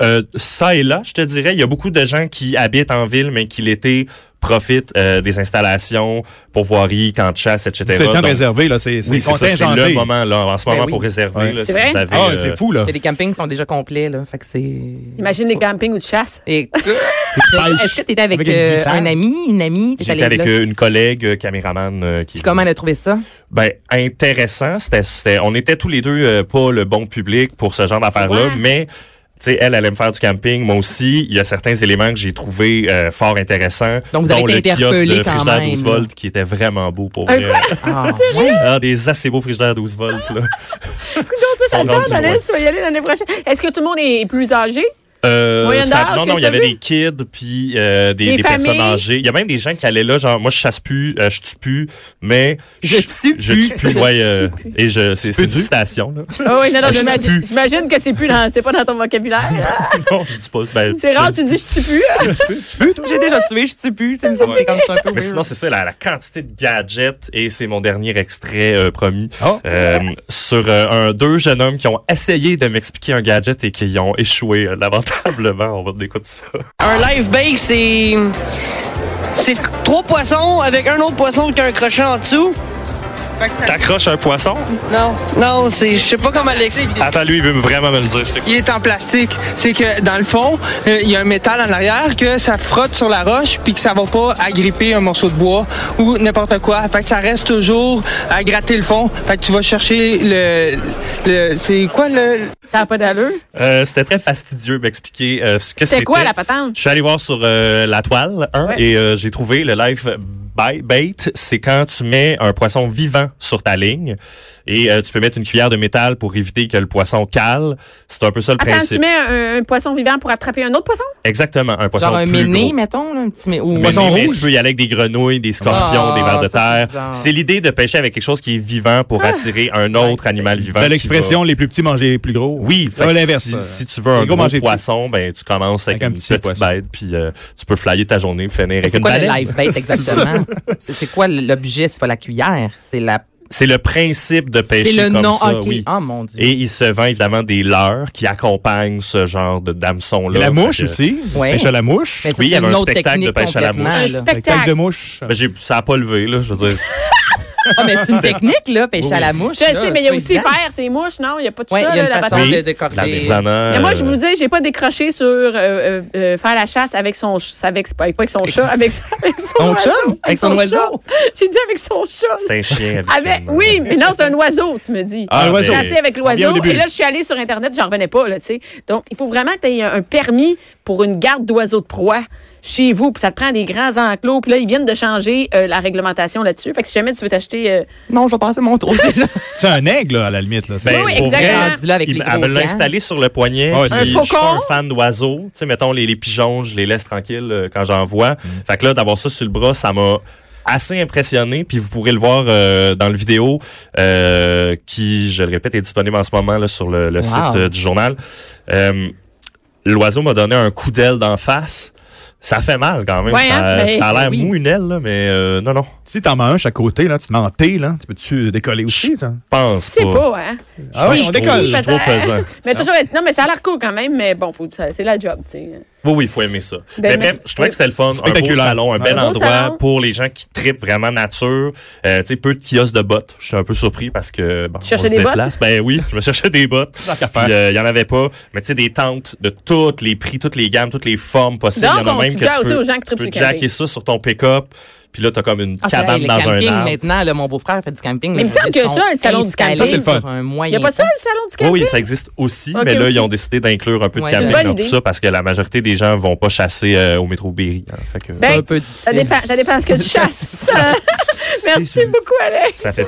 Speaker 3: euh, ça et là, je te dirais, il y a beaucoup de gens qui habitent en ville, mais qui l'été profitent euh, des installations, pourvoiries, camps de chasse, etc.
Speaker 2: C'est le temps
Speaker 3: Donc,
Speaker 2: de réserver, là. C'est
Speaker 3: Oui, c'est ça, c'est
Speaker 2: contingenté.
Speaker 3: le moment, là, en ce
Speaker 4: Ben
Speaker 3: moment,
Speaker 4: oui.
Speaker 3: pour réserver.
Speaker 2: Ouais.
Speaker 3: là,
Speaker 1: C'est
Speaker 3: si
Speaker 1: vrai?
Speaker 3: vous avez,
Speaker 2: Ah,
Speaker 3: euh,
Speaker 2: c'est fou, là.
Speaker 4: Il y a des campings qui sont déjà complets, là. Fait que c'est.
Speaker 1: Imagine les campings ou de chasse.
Speaker 4: Et-
Speaker 2: pêches
Speaker 4: Est-ce que t'étais avec,
Speaker 2: avec une
Speaker 4: euh,
Speaker 2: glissade.
Speaker 4: un ami, une amie? T'es
Speaker 3: J'étais
Speaker 4: allé
Speaker 3: avec
Speaker 4: là?
Speaker 3: euh, une collègue euh, caméraman euh, qui
Speaker 4: Puis Comment elle a trouvé ça?
Speaker 3: ben intéressant, c'était c'était- on était tous les deux euh, pas le bon public pour ce genre d'affaires là,
Speaker 1: Ouais.
Speaker 3: mais tu sais elle allait me faire du camping, moi aussi, il y a certains éléments que j'ai trouvé euh, fort intéressants
Speaker 4: Donc, vous
Speaker 3: dont
Speaker 4: avez
Speaker 3: le
Speaker 4: été
Speaker 3: kiosque de
Speaker 4: interpellés quand
Speaker 3: frigidaire
Speaker 4: même,
Speaker 3: 12
Speaker 4: là.
Speaker 3: volts qui était vraiment beau pour
Speaker 1: Un
Speaker 3: vrai.
Speaker 1: quoi?
Speaker 4: Ah,
Speaker 3: <laughs> Ah, des assez beaux frigidaires 12 volts, là.
Speaker 1: Toi,
Speaker 3: Sont
Speaker 1: t'as le temps
Speaker 3: rendus
Speaker 1: d'aller,
Speaker 3: loin.
Speaker 1: tu vas y aller l'année prochaine. Est-ce que tout le monde est plus âgé?
Speaker 3: Euh,
Speaker 1: Moyen
Speaker 3: ça-
Speaker 1: d'âge,
Speaker 3: non, non,
Speaker 1: qu'est-ce
Speaker 3: il y avait
Speaker 1: que t'as vu?
Speaker 3: des kids, puis euh, des,
Speaker 1: Des
Speaker 3: des personnes
Speaker 1: familles.
Speaker 3: âgées. Il y a même des gens qui allaient là, genre, moi, je chasse plus, euh, je tue plus, mais...
Speaker 4: Je tue
Speaker 3: Je
Speaker 4: plus.
Speaker 3: tue plus, ouais. euh, et je, c'est c'est une
Speaker 2: tue.
Speaker 3: citation, là.
Speaker 1: Ah oui, non, non,
Speaker 3: Ah, je
Speaker 1: j'imagine
Speaker 3: tue.
Speaker 1: j'imagine que c'est plus dans, c'est pas dans ton vocabulaire. là.
Speaker 3: <laughs> non, je dis pas. Ben,
Speaker 1: C'est rare, tu dis je tue plus.
Speaker 4: J'ai déjà tué, je tue plus. Tu sais, me semble que C'est comme ça un peu.
Speaker 3: Mais
Speaker 4: weird.
Speaker 3: sinon, c'est ça, la, la quantité de gadgets, et c'est mon dernier extrait euh, promis,
Speaker 2: Oh.
Speaker 3: euh, sur euh, un, deux jeunes hommes qui ont essayé de m'expliquer un gadget et qui ont échoué euh, lamentablement. <laughs> On va écouter ça.
Speaker 7: Un live bake, c'est. C'est trois poissons avec un autre poisson qui a un crochet en dessous.
Speaker 3: T'accroches un poisson?
Speaker 7: Non, non, c'est, je sais pas comment l'expliquer.
Speaker 3: Attends, lui, il veut vraiment me le dire. Je t'écoute.
Speaker 8: Il est en plastique. C'est que dans le fond, euh, il y a un métal en arrière que ça frotte sur la roche puis que ça va pas agripper un morceau de bois ou n'importe quoi. Fait que ça reste toujours à gratter le fond. Fait que tu vas chercher le, le c'est quoi le
Speaker 1: Ça n'a pas d'allure.
Speaker 3: Euh, c'était très fastidieux de m'expliquer euh, ce que c'était.
Speaker 1: C'était quoi la patente?
Speaker 3: Je suis allé voir sur euh, la toile hein,
Speaker 1: Ouais.
Speaker 3: et euh, j'ai trouvé le live bi- bait. C'est quand tu mets un poisson vivant sur ta ligne et euh, tu peux mettre une cuillère de métal pour éviter que le poisson cale. C'est un peu ça le
Speaker 1: Attends, tu
Speaker 3: principe.
Speaker 1: mets un, un poisson vivant pour attraper un autre poisson?
Speaker 3: Exactement, un poisson
Speaker 4: Genre un
Speaker 3: plus
Speaker 4: méné,
Speaker 3: gros.
Speaker 4: mettons, là, un petit mé- ou-
Speaker 3: Mais-
Speaker 2: Poisson
Speaker 3: mais- mais
Speaker 2: rouge?
Speaker 3: Tu peux y aller avec des grenouilles, des scorpions,
Speaker 4: Ah,
Speaker 3: des vers de
Speaker 4: ça, c'est
Speaker 3: terre.
Speaker 4: bizarre.
Speaker 3: C'est l'idée de pêcher avec quelque chose qui est vivant
Speaker 1: Ah.
Speaker 3: pour attirer un autre animal vivant.
Speaker 2: Dans
Speaker 3: qui va-
Speaker 2: l'expression, les plus petits manger les plus gros.
Speaker 3: Oui, fait
Speaker 2: Pas
Speaker 3: que
Speaker 2: l'inverse.
Speaker 3: Si,
Speaker 2: euh,
Speaker 3: si tu veux un
Speaker 2: les
Speaker 3: gros,
Speaker 2: manger petits.
Speaker 3: poisson, ben tu commences avec,
Speaker 2: Avec un
Speaker 3: une
Speaker 2: petit
Speaker 3: petite
Speaker 2: poisson.
Speaker 3: bête, puis euh, tu peux flyer ta journée, finir avec
Speaker 4: C'est
Speaker 3: une
Speaker 4: quoi le
Speaker 3: baleine.
Speaker 4: live
Speaker 3: <laughs>
Speaker 4: bait exactement? C'est c'est quoi l'objet? C'est pas la cuillère, c'est la.
Speaker 3: C'est le principe de
Speaker 4: C'est
Speaker 3: pêcher
Speaker 4: le
Speaker 3: comme
Speaker 4: nom.
Speaker 3: ça,
Speaker 4: ok.
Speaker 3: oui.
Speaker 4: Oh mon dieu.
Speaker 3: Et il se vend évidemment des leurres qui accompagnent ce genre de dameson
Speaker 2: Et
Speaker 3: là.
Speaker 2: la mouche aussi.
Speaker 4: Ouais.
Speaker 2: Pêche à la mouche.
Speaker 4: Mais ça,
Speaker 3: oui, il y
Speaker 4: c'est
Speaker 3: avait
Speaker 4: une
Speaker 3: un
Speaker 4: autre
Speaker 3: spectacle de
Speaker 4: technique
Speaker 3: pêche à la
Speaker 4: complètement,
Speaker 1: mouche.
Speaker 4: là.
Speaker 1: Spectacle.
Speaker 2: de mouche.
Speaker 3: Ben, j'ai- ça a pas levé là, je veux dire.
Speaker 4: Ah, mais
Speaker 3: <laughs>
Speaker 4: c'est une technique, là, pêche à la mouche.
Speaker 1: Je sais, mais il y a aussi
Speaker 4: faire.
Speaker 1: faire ces mouches, non? Il n'y a pas tout
Speaker 4: Oui,
Speaker 1: ça,
Speaker 4: il y a
Speaker 1: là,
Speaker 4: une
Speaker 1: la
Speaker 4: façon
Speaker 1: patente.
Speaker 4: de
Speaker 3: Oui, la
Speaker 4: décorder.
Speaker 3: artisanat,
Speaker 1: Mais moi, je
Speaker 3: euh,
Speaker 1: vous dis, j'ai pas décroché sur euh, euh, euh, faire la chasse avec son, ch- avec pas avec son chat, avec, son- avec son,
Speaker 4: Son
Speaker 1: oiseau,
Speaker 4: chum? Avec son oiseau?
Speaker 1: chat. J'ai dit avec son chat.
Speaker 3: C'est un chien.
Speaker 4: Ah,
Speaker 1: Avec,
Speaker 3: habituellement.
Speaker 1: oui, Ah, mais non, c'est un oiseau, tu me dis.
Speaker 3: Ah,
Speaker 2: l'oiseau.
Speaker 3: ben,
Speaker 1: Chasser avec
Speaker 2: Bien
Speaker 1: l'oiseau.
Speaker 2: au début.
Speaker 1: Et là, je suis allée sur Internet, j'en revenais pas, là, tu sais. Donc, il faut vraiment que tu aies un un permis pour une garde d'oiseaux de proie chez vous. Puis ça te prend des grands enclos. Puis là, ils viennent de changer euh, la réglementation là-dessus. Fait que si jamais tu veux t'acheter... euh,
Speaker 4: Non, je vais passer mon tour déjà.
Speaker 2: C'est un aigle, là, à la limite. Là.
Speaker 3: Ben,
Speaker 1: Oui, oui,
Speaker 3: pour vrai,
Speaker 1: exactement.
Speaker 4: Rendu là avec
Speaker 3: il-
Speaker 4: les
Speaker 3: elle me
Speaker 4: gros
Speaker 3: l'a
Speaker 4: gants.
Speaker 3: installé sur le poignet.
Speaker 2: Ouais,
Speaker 3: puis
Speaker 2: c'est-
Speaker 3: je
Speaker 1: Un
Speaker 3: suis pas
Speaker 1: faucon.
Speaker 3: un fan d'oiseaux. Tu sais, mettons, les, les pigeons, je les laisse tranquilles euh, quand j'en
Speaker 2: Mm.
Speaker 3: vois. Fait que là, d'avoir ça sur le bras, ça m'a assez impressionné. Puis vous pourrez le voir euh, dans le vidéo euh, qui, je le répète, est disponible en ce moment là, sur le, le
Speaker 4: Wow.
Speaker 3: site euh, du journal. Euh, L'oiseau m'a donné un coup d'aile d'en face. Ça fait mal quand même.
Speaker 1: Ouais,
Speaker 3: ça,
Speaker 1: hein, mais-
Speaker 3: ça a l'air
Speaker 4: oui.
Speaker 3: mou une aile, là, mais euh, non, non.
Speaker 2: Si t'en mets un chaque côté, là, tu te mets en T, là, tu peux-tu décoller aussi? Ça?
Speaker 3: Pense
Speaker 1: C'est
Speaker 3: pas.
Speaker 1: pas, hein?
Speaker 2: Ah oui,
Speaker 3: je
Speaker 2: on
Speaker 3: suis
Speaker 2: décolle.
Speaker 3: trop- je suis trop
Speaker 1: peut-être.
Speaker 3: pesant.
Speaker 1: Mais toujours, être- non, mais ça a l'air cool quand même, mais bon, faut, ça- c'est la job, tu sais.
Speaker 3: Oui, oui, il faut aimer ça.
Speaker 1: Ben,
Speaker 3: mais
Speaker 1: mais
Speaker 3: bref,
Speaker 1: c'est-
Speaker 3: je trouvais que c'était le fun. Un beau
Speaker 2: Spectaculaire.
Speaker 3: salon, un bel
Speaker 1: Un beau
Speaker 3: endroit
Speaker 1: salon.
Speaker 3: pour les gens qui tripent vraiment nature. Euh, tu sais, peu de kiosques de bottes. J'étais un peu surpris parce que bon,
Speaker 1: Tu
Speaker 3: on
Speaker 1: cherchais
Speaker 3: se
Speaker 1: des
Speaker 3: déplace. Ben oui, je me cherchais des bottes.
Speaker 2: Tant qu'à
Speaker 3: Puis
Speaker 2: faire.
Speaker 3: euh, il y en avait pas. Mais tu sais, des tentes de toutes les prix, toutes les gammes, toutes les formes possibles.
Speaker 1: Donc,
Speaker 3: il y en
Speaker 1: on
Speaker 3: a même que
Speaker 1: suggère
Speaker 3: tu
Speaker 1: aussi
Speaker 3: peux,
Speaker 1: aux gens qui
Speaker 3: tu
Speaker 1: trippent
Speaker 3: peux
Speaker 1: sur le
Speaker 3: jacker
Speaker 1: camping.
Speaker 3: ça sur ton pick-up. Puis là, t'as comme une
Speaker 4: Ah, c'est
Speaker 3: <laughs> cabane
Speaker 4: le
Speaker 3: dans
Speaker 4: camping
Speaker 3: un arbre.
Speaker 4: maintenant, là, mon beau-frère fait du camping.
Speaker 1: Mais il me semble
Speaker 4: ils
Speaker 1: que
Speaker 4: sont
Speaker 1: ça, un salon du
Speaker 4: installés
Speaker 1: camping,
Speaker 2: c'est le
Speaker 4: sur
Speaker 2: fun.
Speaker 4: un
Speaker 1: Il
Speaker 4: moyen
Speaker 1: n'y a pas ça,
Speaker 4: temps.
Speaker 1: le salon du
Speaker 3: Oui,
Speaker 1: camping?
Speaker 3: oui, ça existe aussi,
Speaker 1: Ok,
Speaker 3: mais là,
Speaker 1: aussi.
Speaker 3: ils ont décidé d'inclure un peu de
Speaker 4: Ouais, c'est une
Speaker 3: camping dans
Speaker 1: bonne
Speaker 3: tout
Speaker 1: idée.
Speaker 3: ça parce que la majorité des gens vont pas chasser euh, au métro Berry. hein. Fait que-
Speaker 1: Ben,
Speaker 4: un peu
Speaker 1: ça
Speaker 4: difficile.
Speaker 3: <laughs>
Speaker 1: dépend, ça dépend ce que tu chasses.
Speaker 3: C'est
Speaker 1: Merci
Speaker 3: sûr.
Speaker 1: beaucoup, Alex.
Speaker 3: ça fait